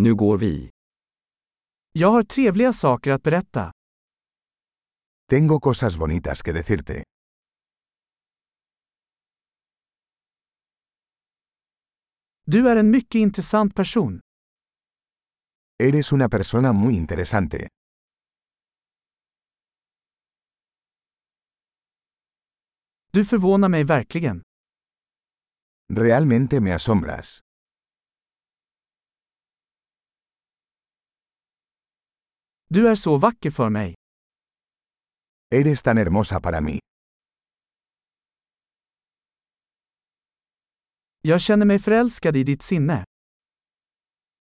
Nu går vi. Jag har trevliga saker att berätta. Tengo cosas bonitas que decirte. Du är en mycket intressant person. Eres una persona muy interesante. Du förvånar mig verkligen. Realmente me asombras. Du är så vacker för mig. Eres tan hermosa para mí. Jag känner mig förälskad i ditt sinne.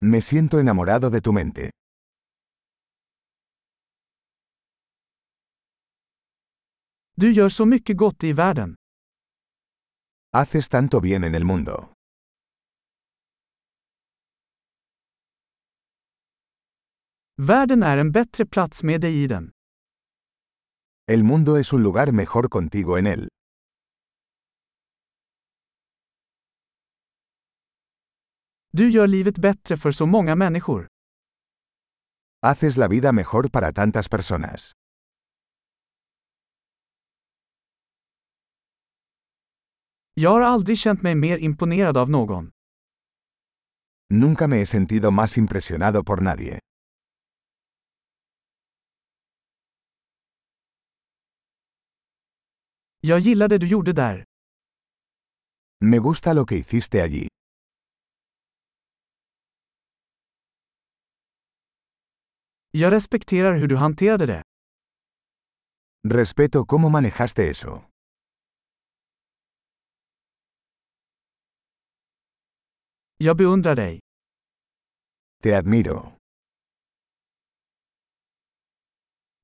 Me siento enamorado de tu mente. Du gör så mycket gott i världen. Haces tanto bien en el mundo. Världen är en bättre plats med dig i den. El mundo es un lugar mejor contigo en él. Du gör livet bättre för så många människor. Haces la vida mejor para tantas personas. Jag har aldrig känt mig mer imponerad av någon. Nunca me he sentido más impresionado por nadie. Jag gillar det du gjorde där. Me gusta lo que hiciste allí. Jag respekterar hur du hanterade det. Respeto cómo manejaste eso. Jag beundrar dig. Te admiro.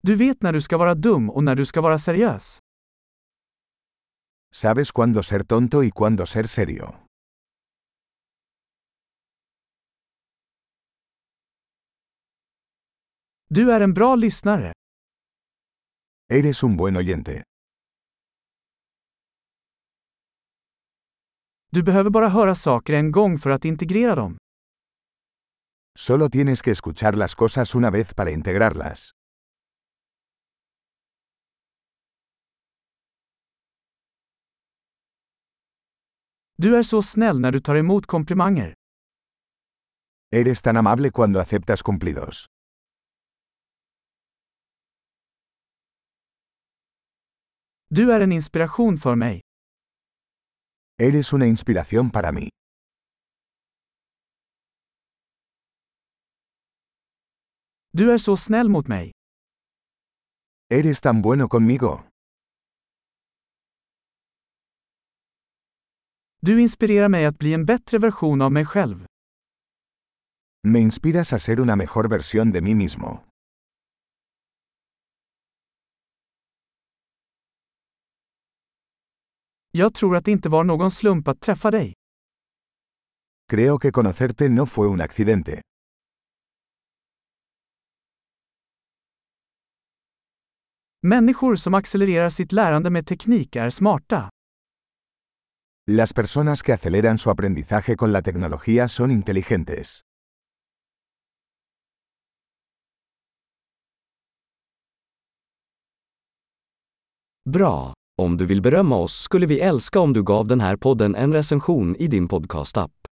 Du vet när du ska vara dum och när du ska vara seriös. Sabes cuándo ser tonto y cuándo ser serio. Du är en bra lyssnare. Eres un buen oyente. Du behöver bara höra saker en gång för att integrera dem. Solo tienes que escuchar las cosas una vez para integrarlas. Du är så snäll när du tar emot komplimanger. Eres tan amable cuando aceptas cumplidos. Du är en inspiration för mig. Eres una inspiración para mí. Du är så snäll mot mig. Eres tan bueno conmigo. Du inspirerar mig att bli en bättre version av mig själv. Me inspiras a ser una mejor versión de mí mismo. Jag tror att det inte var någon slump att träffa dig. Creo que conocerte no fue un accidente. Människor som accelererar sitt lärande med teknik är smarta. Las personas que aceleran su aprendizaje con la tecnología son inteligentes. Bra! Om du vill berömma oss skulle vi älska om du gav den här podden en recension i din podcastapp.